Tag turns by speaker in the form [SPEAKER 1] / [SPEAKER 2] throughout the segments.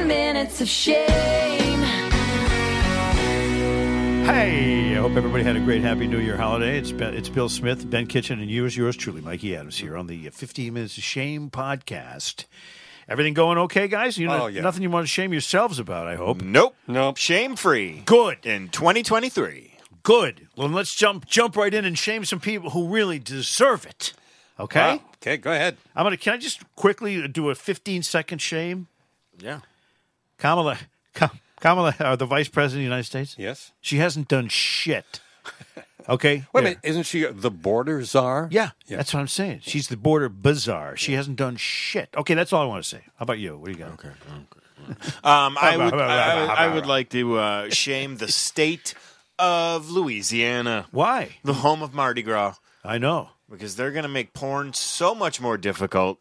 [SPEAKER 1] of shame.
[SPEAKER 2] Hey, I hope everybody had a great Happy New Year holiday. It's ben, it's Bill Smith, Ben Kitchen, and yours, yours truly, Mikey Adams here on the 15 Minutes of Shame podcast. Everything going okay, guys? You know,
[SPEAKER 3] Oh, yeah.
[SPEAKER 2] Nothing you want to shame yourselves about, I hope.
[SPEAKER 3] Nope. Nope. Shame free.
[SPEAKER 2] Good,
[SPEAKER 3] In 2023.
[SPEAKER 2] good. Well, let's jump jump right in and shame some people who really deserve it. Okay,
[SPEAKER 3] Wow. Okay, go ahead.
[SPEAKER 2] I'm gonna. Can I just quickly do a 15 second shame?
[SPEAKER 3] Yeah.
[SPEAKER 2] Kamala, Ka- Kamala, uh, the Vice President of the United States.
[SPEAKER 3] Yes.
[SPEAKER 2] She hasn't done shit. Okay. Yeah.
[SPEAKER 3] Wait a minute. Isn't she the border czar?
[SPEAKER 2] Yeah, that's what I'm saying. She's the border bizarre. She hasn't done shit. Okay, that's all I want to say. How about you? What do you got? Okay.
[SPEAKER 4] Um, I would, I, would- I would like to uh, shame the state of Louisiana,
[SPEAKER 2] Why?
[SPEAKER 4] the home of Mardi Gras,
[SPEAKER 2] I know.
[SPEAKER 4] because they're going to make porn so much more difficult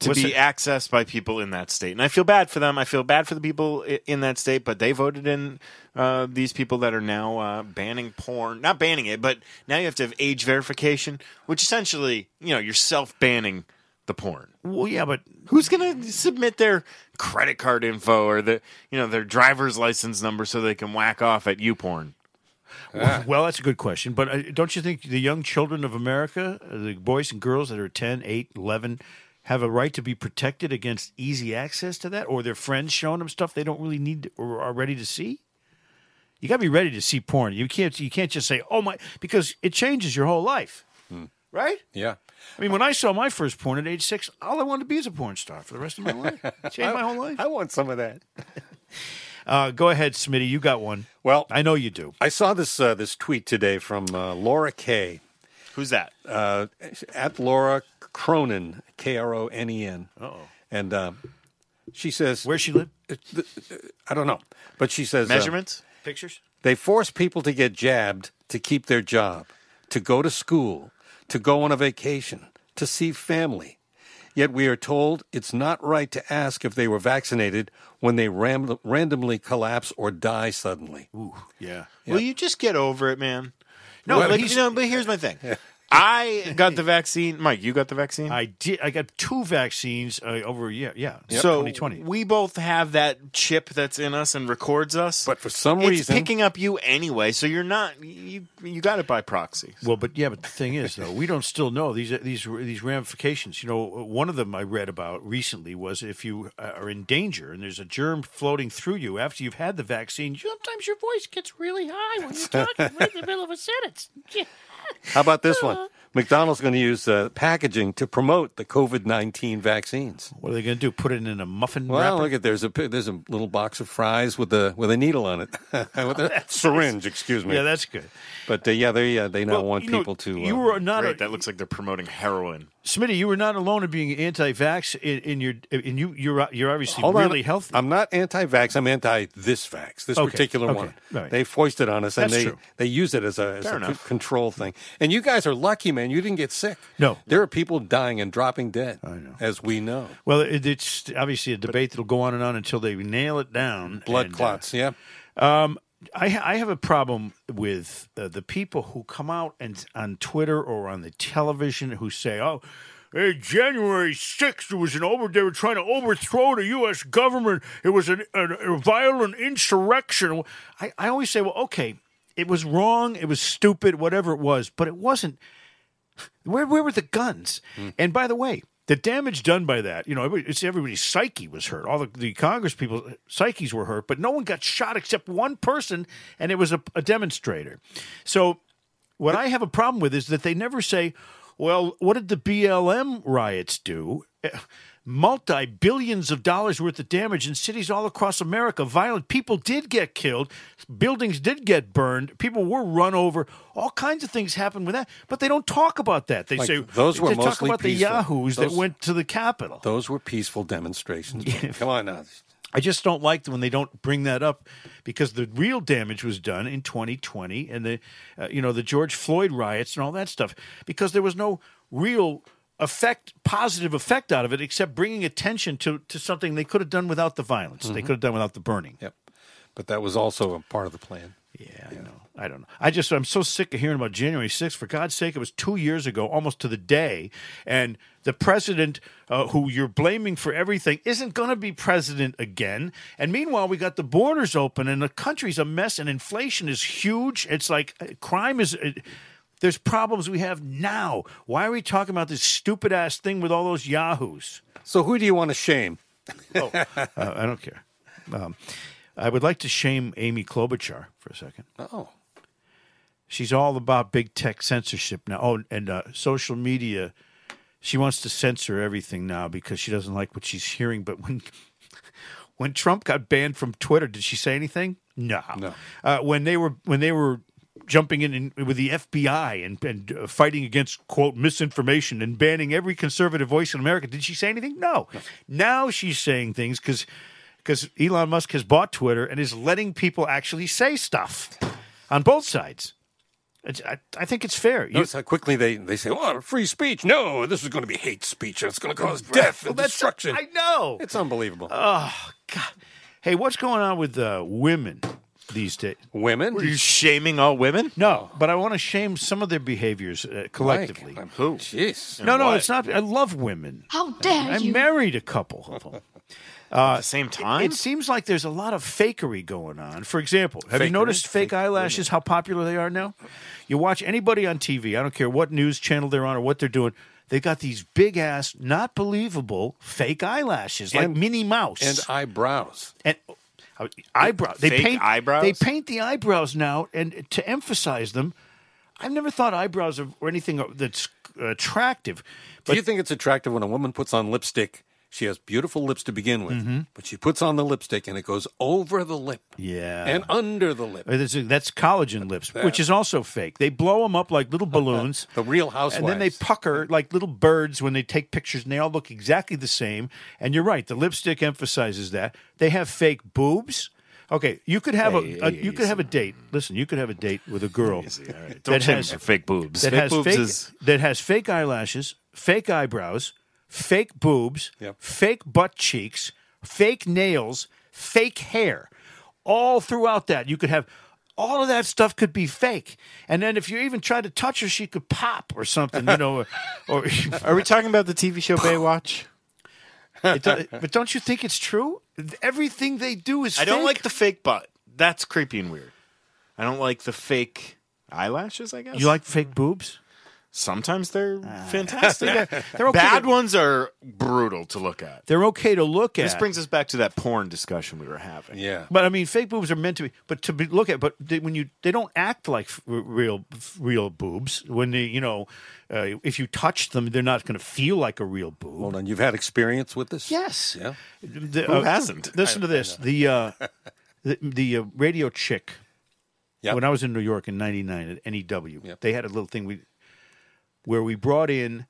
[SPEAKER 4] to
[SPEAKER 2] What's
[SPEAKER 4] be
[SPEAKER 2] it-
[SPEAKER 4] accessed by people in that state. And I feel bad for them. I feel bad for the people i- in that state, but they voted in uh, these people that are now uh, banning porn. Not banning it, but now you have to have age verification, which essentially, you know, you're self banning the porn.
[SPEAKER 2] Well, yeah, but
[SPEAKER 4] Who's going to submit their credit card info or the you know their driver's license number so they can whack off at YouPorn?
[SPEAKER 2] well, that's a good question. But uh, don't you think the young children of America, uh, the boys and girls that are 10, 8, 11, have a right to be protected against easy access to that or their friends showing them stuff they don't really need to- or are ready to see? You got to be ready to see porn. You can't you can't just say, "Oh my," because it changes your whole life. Right?
[SPEAKER 3] Yeah.
[SPEAKER 2] I mean, when I saw my first porn at age six, all I wanted to be is a porn star for the rest of my life. Changed my whole life.
[SPEAKER 3] I want some of that.
[SPEAKER 2] Uh, go ahead, Smitty. You got one.
[SPEAKER 3] Well, I,
[SPEAKER 2] I know you do.
[SPEAKER 3] saw this uh, this tweet today from uh, Laura Kay
[SPEAKER 4] Who's that?
[SPEAKER 3] uh, at Laura Cronin K R O N E N. Oh. And uh, she says,
[SPEAKER 2] Where she live?
[SPEAKER 3] I don't know, but she says uh,
[SPEAKER 4] Measurements?
[SPEAKER 2] Pictures?
[SPEAKER 3] They force people to get jabbed to keep their job, to go to school, to go on a vacation, to see family. Yet we are told it's not right to ask if they were vaccinated when they ram- randomly collapse or die suddenly.
[SPEAKER 2] Yeah.
[SPEAKER 4] Will you just get over it, man? No,
[SPEAKER 2] Well,
[SPEAKER 4] like,
[SPEAKER 2] he's-
[SPEAKER 4] you know, but here's my thing. I got the vaccine. Mike, you got the vaccine.
[SPEAKER 2] I did. I got two vaccines uh, over a year. Yeah.
[SPEAKER 4] So
[SPEAKER 2] 2020.
[SPEAKER 4] we both have that chip that's in us and records us.
[SPEAKER 3] But for some
[SPEAKER 4] it's
[SPEAKER 3] reason,
[SPEAKER 4] picking up you anyway, so you're not you. You got it by proxy.
[SPEAKER 2] Well, but yeah, but the thing is, though, we don't still know these uh, these these ramifications. You know, one of them I read about recently was if you uh, are in danger and there's a germ floating through you after you've had the vaccine, sometimes your voice gets really high when you're talking right in the middle of a sentence.
[SPEAKER 3] how about this one? McDonald's going to use uh, packaging to promote the COVID 19 vaccines.
[SPEAKER 2] What are they going to do? Put it in a muffin
[SPEAKER 3] Well,
[SPEAKER 2] wrapper?
[SPEAKER 3] look at there's a pi- there's a little box of fries with a with a needle on it, with a syringe, excuse me.
[SPEAKER 2] yeah, that's good.
[SPEAKER 3] but uh, yeah, they uh, they now want
[SPEAKER 2] you know,
[SPEAKER 3] people to. Uh,
[SPEAKER 2] You were not.
[SPEAKER 4] Great.
[SPEAKER 2] a-
[SPEAKER 4] That looks like they're promoting heroin.
[SPEAKER 2] Smitty, you were not alone in being anti-vax. In, in your, in you, you're you're obviously
[SPEAKER 3] Hold
[SPEAKER 2] really
[SPEAKER 3] on.
[SPEAKER 2] healthy.
[SPEAKER 3] I'm not anti-vax. I'm anti this vax, this
[SPEAKER 2] Okay,
[SPEAKER 3] particular
[SPEAKER 2] okay,
[SPEAKER 3] one.
[SPEAKER 2] right.
[SPEAKER 3] They foist it on us,
[SPEAKER 2] That's
[SPEAKER 3] and they
[SPEAKER 2] true.
[SPEAKER 3] they use it as a, as
[SPEAKER 4] Fair
[SPEAKER 3] a c-
[SPEAKER 4] enough.
[SPEAKER 3] control thing. And you guys are lucky, man. You didn't get sick.
[SPEAKER 2] No.
[SPEAKER 3] there are people dying and dropping dead, as we know.
[SPEAKER 2] well, it, it's obviously a debate that'll go on and on until they nail it down.
[SPEAKER 3] Blood
[SPEAKER 2] and, uh,
[SPEAKER 3] clots. yeah,
[SPEAKER 2] I, ha- I have a problem with uh, the people who come out and on Twitter or on the television who say, "Oh, hey, January 6th there was an over. They were trying to overthrow the U.S. government. It was an, an, a violent insurrection." I, I always say, "Well, okay, it was wrong. It was stupid. Whatever it was, but it wasn't." Where where were the guns? And by the way, the damage done by that, you know, everybody, it's everybody's psyche was hurt. All the, the Congress people's psyches were hurt, but no one got shot except one person, and it was a, a demonstrator. So, what I have a problem with is that they never say, well, what did the BLM riots do? Multi billions of dollars worth of damage in cities all across America. Violent people did get killed. Buildings did get burned. People were run over. All kinds of things happened with that. But they don't talk about that. They
[SPEAKER 3] Like,
[SPEAKER 2] say
[SPEAKER 3] those were
[SPEAKER 2] they talk
[SPEAKER 3] mostly
[SPEAKER 2] about the
[SPEAKER 3] peaceful.
[SPEAKER 2] yahoos that
[SPEAKER 3] Those-
[SPEAKER 2] went to the Capitol.
[SPEAKER 3] those were peaceful demonstrations. Come on now.
[SPEAKER 2] I just don't like when they don't bring that up because the real damage was done in 2020 and the uh, you know the George Floyd riots and all that stuff because there was no real effect positive effect out of it except bringing attention to to something they could have done without the violence they could have done without the burning
[SPEAKER 3] Yep, but that was also a part of the plan.
[SPEAKER 2] Yeah, I know. I don't know. I just I'm so sick of hearing about January 6th. For God's sake, it was two years ago, almost to the day, and the president uh, who you're blaming for everything isn't going to be president again. And meanwhile, we got the borders open, and the country's a mess, and inflation is huge. It's like uh, crime is. uh, there's problems we have now. Why are we talking about this stupid ass thing with all those yahoos?
[SPEAKER 3] So who do you want to shame?
[SPEAKER 2] Uh, I don't care. Um, I would like to shame Amy Klobuchar for a second.
[SPEAKER 3] Oh,
[SPEAKER 2] She's all about big tech censorship now. Oh, and uh, social media. She wants to censor everything now because she doesn't like what she's hearing. But when when Trump got banned from Twitter, did she say anything? No.
[SPEAKER 3] No.
[SPEAKER 2] Uh, when they were when they were jumping in, in with the FBI and and uh, fighting against quote misinformation and banning every conservative voice in America, did she say anything? No. Now she's saying things because because Elon Musk has bought Twitter and is letting people actually say stuff on both sides. It's, I, I think it's fair. You-
[SPEAKER 3] notice how quickly they, they say, "Oh, free speech! No, this is going to be hate speech. and It's going to cause death and
[SPEAKER 2] that's-
[SPEAKER 3] destruction."
[SPEAKER 2] I Uh, know.
[SPEAKER 3] It's unbelievable.
[SPEAKER 2] God. Hey, what's going on with uh, women these days?
[SPEAKER 4] Are you
[SPEAKER 3] Women,
[SPEAKER 4] shaming all women?
[SPEAKER 2] No, but I want to shame some of their behaviors uh, collectively.
[SPEAKER 3] Like, um,
[SPEAKER 4] Who?
[SPEAKER 3] Jeez.
[SPEAKER 2] no, no,
[SPEAKER 4] Why?
[SPEAKER 2] it's not. I love women.
[SPEAKER 1] How dare
[SPEAKER 2] I
[SPEAKER 1] you!
[SPEAKER 2] married a couple of them.
[SPEAKER 4] At the same time?
[SPEAKER 2] It seems like there's a lot of fakery going on. For example, have
[SPEAKER 3] Fakery?
[SPEAKER 2] you noticed fake, eyelashes, how popular they are now? You watch anybody on TV, I don't care what news channel they're on or what they're doing, they got these big ass, not believable fake eyelashes, like
[SPEAKER 3] And-
[SPEAKER 2] Minnie Mouse.
[SPEAKER 3] And eyebrows.
[SPEAKER 2] and eyebrow. They
[SPEAKER 4] Fake
[SPEAKER 2] paint
[SPEAKER 4] eyebrows?
[SPEAKER 2] They paint the eyebrows now, and to emphasize them, I've never thought eyebrows are, or anything that's uh, attractive.
[SPEAKER 3] Do you think it's attractive when a woman puts on lipstick? She has beautiful lips to begin with, but she puts on the lipstick and it goes over the lip
[SPEAKER 2] Mm-hmm. Yeah.
[SPEAKER 3] and under the lip.
[SPEAKER 2] Uh, That's, that's collagen lips, which is also fake. They blow them up like little balloons.
[SPEAKER 3] The Real Housewives.
[SPEAKER 2] And then they pucker like little birds when they take pictures, and they all look exactly the same. And you're right, the lipstick emphasizes that. They have fake boobs. Okay, you could have a, a you could have a date. Listen, you could have a date with a girl
[SPEAKER 4] Don't
[SPEAKER 2] that
[SPEAKER 4] shame
[SPEAKER 2] has
[SPEAKER 4] me for fake boobs.
[SPEAKER 2] that
[SPEAKER 4] fake
[SPEAKER 2] has
[SPEAKER 4] boobs
[SPEAKER 2] fake
[SPEAKER 4] is
[SPEAKER 2] that has fake eyelashes, fake eyebrows, fake boobs,
[SPEAKER 3] Yep.
[SPEAKER 2] fake butt cheeks, fake nails, fake hair. All throughout that, you could have all of that stuff could be fake. And then if you even tried to touch her, she could pop or something, you know. Or, or
[SPEAKER 4] Are we talking about the TV show Baywatch?
[SPEAKER 2] it do- but don't you think it's true? Everything they do is.
[SPEAKER 4] I don't
[SPEAKER 2] fake.
[SPEAKER 4] like the fake butt. That's creepy and weird. I don't like the fake eyelashes, I guess.
[SPEAKER 2] You like fake boobs?
[SPEAKER 4] Sometimes they're fantastic.
[SPEAKER 2] They're okay.
[SPEAKER 4] Bad
[SPEAKER 2] to,
[SPEAKER 4] ones are brutal to look at.
[SPEAKER 2] They're okay to look at.
[SPEAKER 4] This brings us back to that porn discussion we were having.
[SPEAKER 3] Yeah.
[SPEAKER 2] But I mean, fake boobs are meant to be, but to be look at. But they, when you, they don't act like f- real, f- real boobs. When they, you know, uh, if you touch them, they're not going to feel like a real boob.
[SPEAKER 3] Hold on. You've had experience with this?
[SPEAKER 2] yes.
[SPEAKER 3] Yeah.
[SPEAKER 2] The- uh,
[SPEAKER 4] Who hasn't?
[SPEAKER 2] Listen to this. The uh, the, the uh, radio chick.
[SPEAKER 3] Yeah.
[SPEAKER 2] When I was in New York in '99 at NEW,
[SPEAKER 3] Yep.
[SPEAKER 2] they had a little thing we where we brought in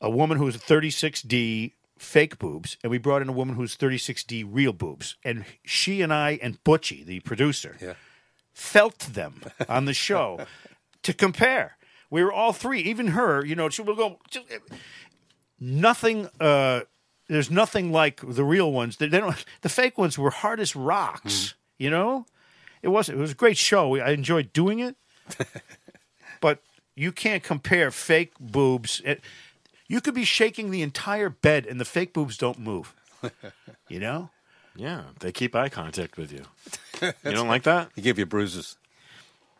[SPEAKER 2] a woman who was 36D fake boobs, and we brought in a woman who's 36D real boobs, and she and I and Butchie, the producer,
[SPEAKER 3] Yeah.
[SPEAKER 2] felt them on the show to compare. We were all three, even her. You know, she will go. Nothing. Uh, there's nothing like the real ones. They, they don't. The fake ones were hard as rocks. You know, it was it was a great show. I enjoyed doing it, but you can't compare fake boobs. It, you could be shaking the entire bed, and the fake boobs don't move. You know.
[SPEAKER 4] Yeah, they keep eye contact with you. You don't like that?
[SPEAKER 3] He gave you bruises.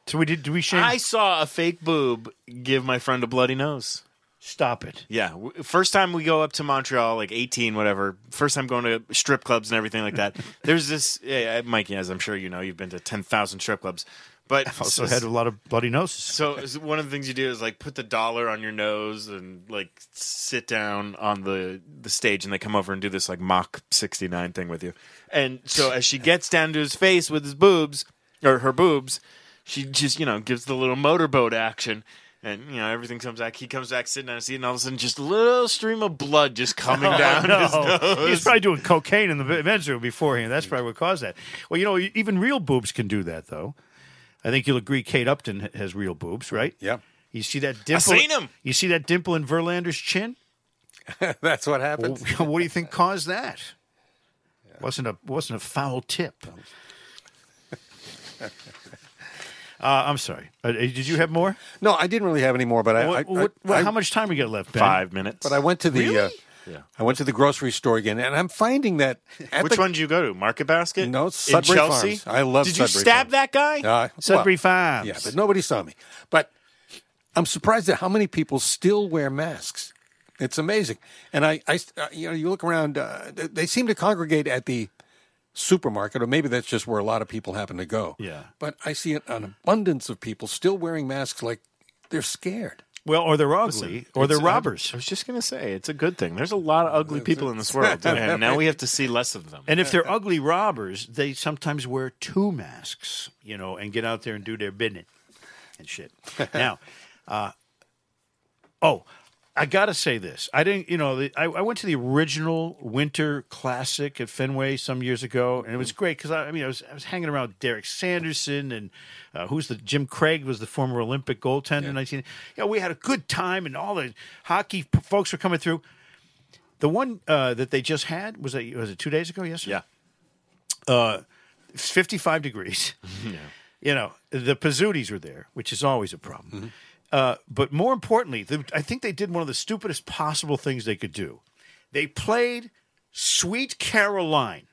[SPEAKER 2] So we did. Did we shame?
[SPEAKER 4] I saw a fake boob give my friend a bloody nose.
[SPEAKER 2] Stop it.
[SPEAKER 4] Yeah, w- first time we go up to Montreal, like eighteen, whatever. First time going to strip clubs and everything like that. There's this, yeah, yeah, Mikey, as I'm sure you know, you've been to ten thousand strip clubs, but
[SPEAKER 2] Also had a lot of bloody noses.
[SPEAKER 4] So is- one of the things you do is like put the dollar on your nose and like sit down on the the stage, and they come over and do this like Mach sixty nine thing with you. And so as she gets down to his face with his boobs or her boobs, she just you know gives the little motorboat action. And you know everything comes back. He comes back sitting on his seat, and all of a sudden, just a little stream of blood just
[SPEAKER 3] Oh,
[SPEAKER 4] coming down his nose.
[SPEAKER 2] He's probably doing cocaine in the men's room beforehand. That's probably what caused that. Well, you know, e-, even real boobs can do that, though. I think you'll agree. Kate Upton ha- has real boobs, right?
[SPEAKER 3] Yeah.
[SPEAKER 2] You see that dimple?
[SPEAKER 4] seen 'em.
[SPEAKER 2] You see that dimple in Verlander's chin?
[SPEAKER 3] That's what happened.
[SPEAKER 2] what do you think caused that? Wasn't a wasn't a foul tip. Uh, I'm sorry. Uh, did you have more?
[SPEAKER 3] No, I didn't really have any more, but I,
[SPEAKER 2] What,
[SPEAKER 3] I-
[SPEAKER 2] what,
[SPEAKER 3] I-
[SPEAKER 2] what-
[SPEAKER 3] I-
[SPEAKER 2] how much time we got left? Ben?
[SPEAKER 4] Five minutes.
[SPEAKER 3] but I went to the uh,
[SPEAKER 4] Yeah.
[SPEAKER 3] I went to the grocery store again, and I'm finding that at
[SPEAKER 4] Which
[SPEAKER 3] the,
[SPEAKER 4] one did you go to? Market Basket?
[SPEAKER 3] No,
[SPEAKER 4] In
[SPEAKER 3] Sudbury
[SPEAKER 4] Chelsea?
[SPEAKER 3] Farms. I love
[SPEAKER 4] Did you
[SPEAKER 3] Sudbury
[SPEAKER 4] stab
[SPEAKER 3] Farms.
[SPEAKER 4] that guy?
[SPEAKER 3] Uh,
[SPEAKER 2] Sudbury
[SPEAKER 3] well,
[SPEAKER 2] Farms.
[SPEAKER 3] Yeah, but nobody saw me. But I'm surprised at how many people still wear masks. It's amazing. And I, I uh, you know, you look around. Uh, th- they seem to congregate at the supermarket, or maybe that's just where a lot of people happen to go.
[SPEAKER 2] Yeah.
[SPEAKER 3] But I see an, an abundance of people still wearing masks, like they're scared.
[SPEAKER 2] Well, or they're ugly, or
[SPEAKER 3] um,
[SPEAKER 2] they're
[SPEAKER 4] It's-
[SPEAKER 2] robbers.
[SPEAKER 4] I was just gonna say it's a good thing. There's a lot of ugly people in this world, and now we have to see less of them.
[SPEAKER 2] and if they're ugly robbers, they sometimes wear two masks, you know, and get out there and do their business and shit. now, uh, oh, I gotta say this. I didn't, you know, the, I, I went to the original Winter Classic at Fenway some years ago, and it was great because I, I mean, I was I was hanging around with Derek Sanderson and uh, who's the Jim Craig was the former Olympic goaltender. in Nineteen, yeah, we had a good time, and all the hockey p- folks were coming through. The one uh, that they just had was that was it two days ago? Yes.
[SPEAKER 4] yeah,
[SPEAKER 2] It's 55 degrees.
[SPEAKER 3] Mm-hmm.
[SPEAKER 2] You know, the Pizzutis were there, which is always a problem.
[SPEAKER 3] Mm-hmm.
[SPEAKER 2] Uh, but more importantly, the, I think they did one of the stupidest possible things they could do. They played Sweet Caroline.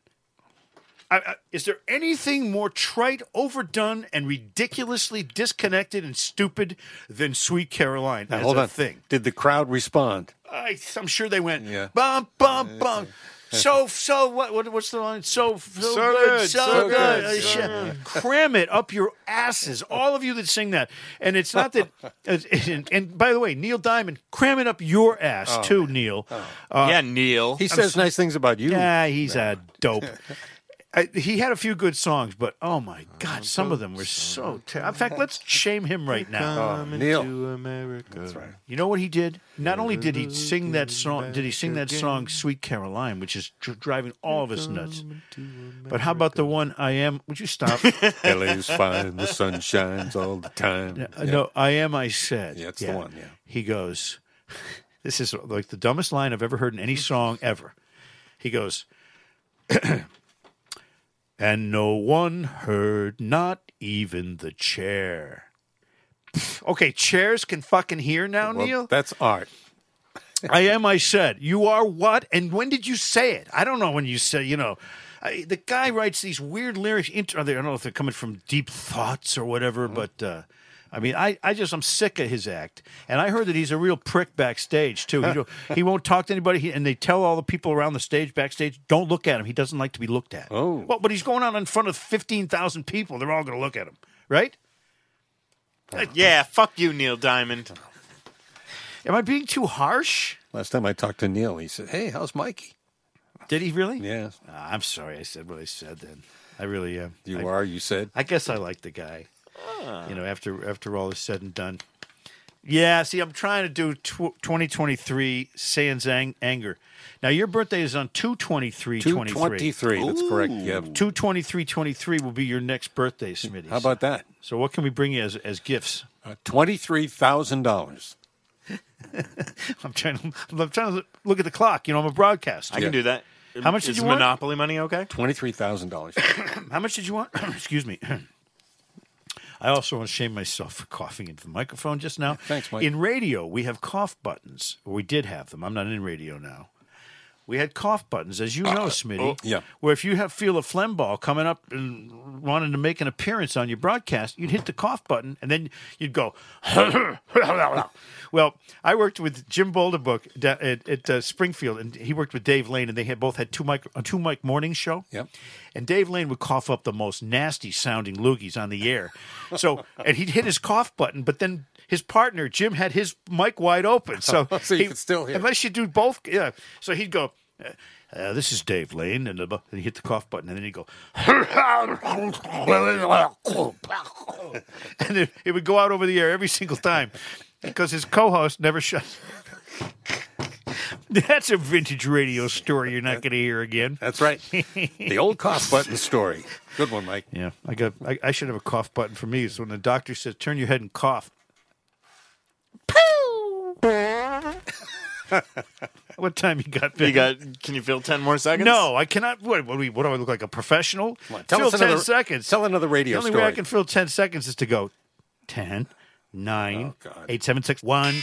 [SPEAKER 2] I, I, is there anything more trite, overdone, and ridiculously disconnected and stupid than Sweet Caroline as
[SPEAKER 3] Hold
[SPEAKER 2] a
[SPEAKER 3] on.
[SPEAKER 2] thing?
[SPEAKER 3] Did the crowd respond?
[SPEAKER 2] I, I'm sure they went
[SPEAKER 3] Yeah.
[SPEAKER 2] bum bum bum. So so what, what what's the line? So so, good, so, good. Uh, shit. Cram it up your asses, all of you that sing that. And it's not that. and, and by the way, Neil Diamond, cram it up your ass
[SPEAKER 3] Oh,
[SPEAKER 2] too, Neal. Neil.
[SPEAKER 4] yeah, Neil.
[SPEAKER 3] He says nice things about you.
[SPEAKER 2] Yeah, he's a dope. I, he had a few good songs, but oh my god, some
[SPEAKER 3] Uh-huh.
[SPEAKER 2] of them were so. Ter- in fact, let's shame him right now.
[SPEAKER 3] Oh.
[SPEAKER 4] Coming
[SPEAKER 3] Neil.
[SPEAKER 4] to America. That's right.
[SPEAKER 2] You know what he did? Not only did he sing that song, did he sing that song "Sweet Caroline," which is dr- driving all of us nuts. But how about the one "I Am"? Would you stop?
[SPEAKER 3] LA's fine. The sun shines all the time.
[SPEAKER 2] Uh, No, "I Am." I said.
[SPEAKER 3] Yeah, it's the one, yeah.
[SPEAKER 2] He goes. This is like the dumbest line I've ever heard in any song ever. He goes, and no one heard, not even the chair. Okay, chairs can fucking hear now,
[SPEAKER 3] Well,
[SPEAKER 2] Neil.
[SPEAKER 3] that's art.
[SPEAKER 2] I am. I said. You are what? And when did you say it? I don't know when you say. You know, I, the guy writes these weird lyrics. Inter- I don't know if they're coming from deep thoughts or whatever,
[SPEAKER 3] Mm-hmm.
[SPEAKER 2] but. Uh, I mean, I, I just I'm sick of his act, and I heard that he's a real prick backstage too. He don't, he won't talk to anybody, he, and they tell all the people around the stage backstage, don't look at him. He doesn't like to be looked at.
[SPEAKER 3] Oh.
[SPEAKER 2] well, but he's going out in front of fifteen thousand people. They're all going to look at him, right?
[SPEAKER 4] Yeah, fuck you, Neil Diamond.
[SPEAKER 2] Am I being too harsh?
[SPEAKER 3] Last time I talked to Neil, he said, "Hey, how's Mikey?"
[SPEAKER 2] Did he really?
[SPEAKER 3] Yeah,
[SPEAKER 2] Ah, I'm sorry, I said what I said. Then I really am.
[SPEAKER 3] you
[SPEAKER 2] I-
[SPEAKER 3] are. You said
[SPEAKER 2] I guess I like the guy.
[SPEAKER 3] Ah.
[SPEAKER 2] You know, after after all is said and done. Yeah, see, I'm trying to do tw- 2023 sans ang- anger. Now your birthday is on 223
[SPEAKER 3] two twenty-three. That's correct. Yeah.
[SPEAKER 2] 223 23 will be your next birthday, Smitty.
[SPEAKER 3] How about that?
[SPEAKER 2] So what can we bring you as as gifts?
[SPEAKER 3] Uh, Twenty-three thousand dollars.
[SPEAKER 2] I'm trying to I'm trying to look at the clock, you know, I'm a broadcaster.
[SPEAKER 4] I can do that.
[SPEAKER 2] How much did
[SPEAKER 4] is
[SPEAKER 2] you want?
[SPEAKER 4] Monopoly money? Okay.
[SPEAKER 3] Twenty-three thousand dollars.
[SPEAKER 2] How much did you want? Excuse me. I also want to shame myself for coughing into the microphone just now.
[SPEAKER 3] thanks, Mike.
[SPEAKER 2] In radio, we have cough buttons. Or we did have them. I'm not in radio now. We had cough buttons, as you know, Smitty.
[SPEAKER 3] Uh, oh, yeah.
[SPEAKER 2] Where if you have feel a phlegm ball coming up and wanting to make an appearance on your broadcast, you'd hit the cough button, and then you'd go. well, I worked with Jim Bolderbook da- at, at uh, Springfield, and he worked with Dave Lane, and they had both had two mic a two mic morning show.
[SPEAKER 3] Yep.
[SPEAKER 2] And Dave Lane would cough up the most nasty sounding loogies on the air. So, and he'd hit his cough button, but then his partner, Jim, had his mic wide open. So,
[SPEAKER 3] So you could still hear.
[SPEAKER 2] Unless you do both. Yeah. So he'd go, uh, uh, This is Dave Lane. And, the bu- and he hit the cough button, and then he'd go, oh, and it, it would go out over the air every single time because his co host never shut. That's a vintage radio story you're not going to hear again.
[SPEAKER 3] That's right. The old cough button story. Good one, Mike.
[SPEAKER 2] Yeah, I got. I, I should have a cough button for me. It's when the doctor says, "Turn your head and cough." What time you got?
[SPEAKER 4] You
[SPEAKER 2] Ben?
[SPEAKER 4] got? Can you fill ten more seconds?
[SPEAKER 2] No, I cannot. What, what, do we, what do I look like? A professional?
[SPEAKER 3] Tell
[SPEAKER 2] fill
[SPEAKER 3] us
[SPEAKER 2] 10
[SPEAKER 3] another-
[SPEAKER 2] seconds.
[SPEAKER 3] Tell another radio
[SPEAKER 2] the only
[SPEAKER 3] story.
[SPEAKER 2] way I can fill 10 seconds is to go 10, 9,
[SPEAKER 3] Oh, God.
[SPEAKER 2] 8, 7, 6, 1.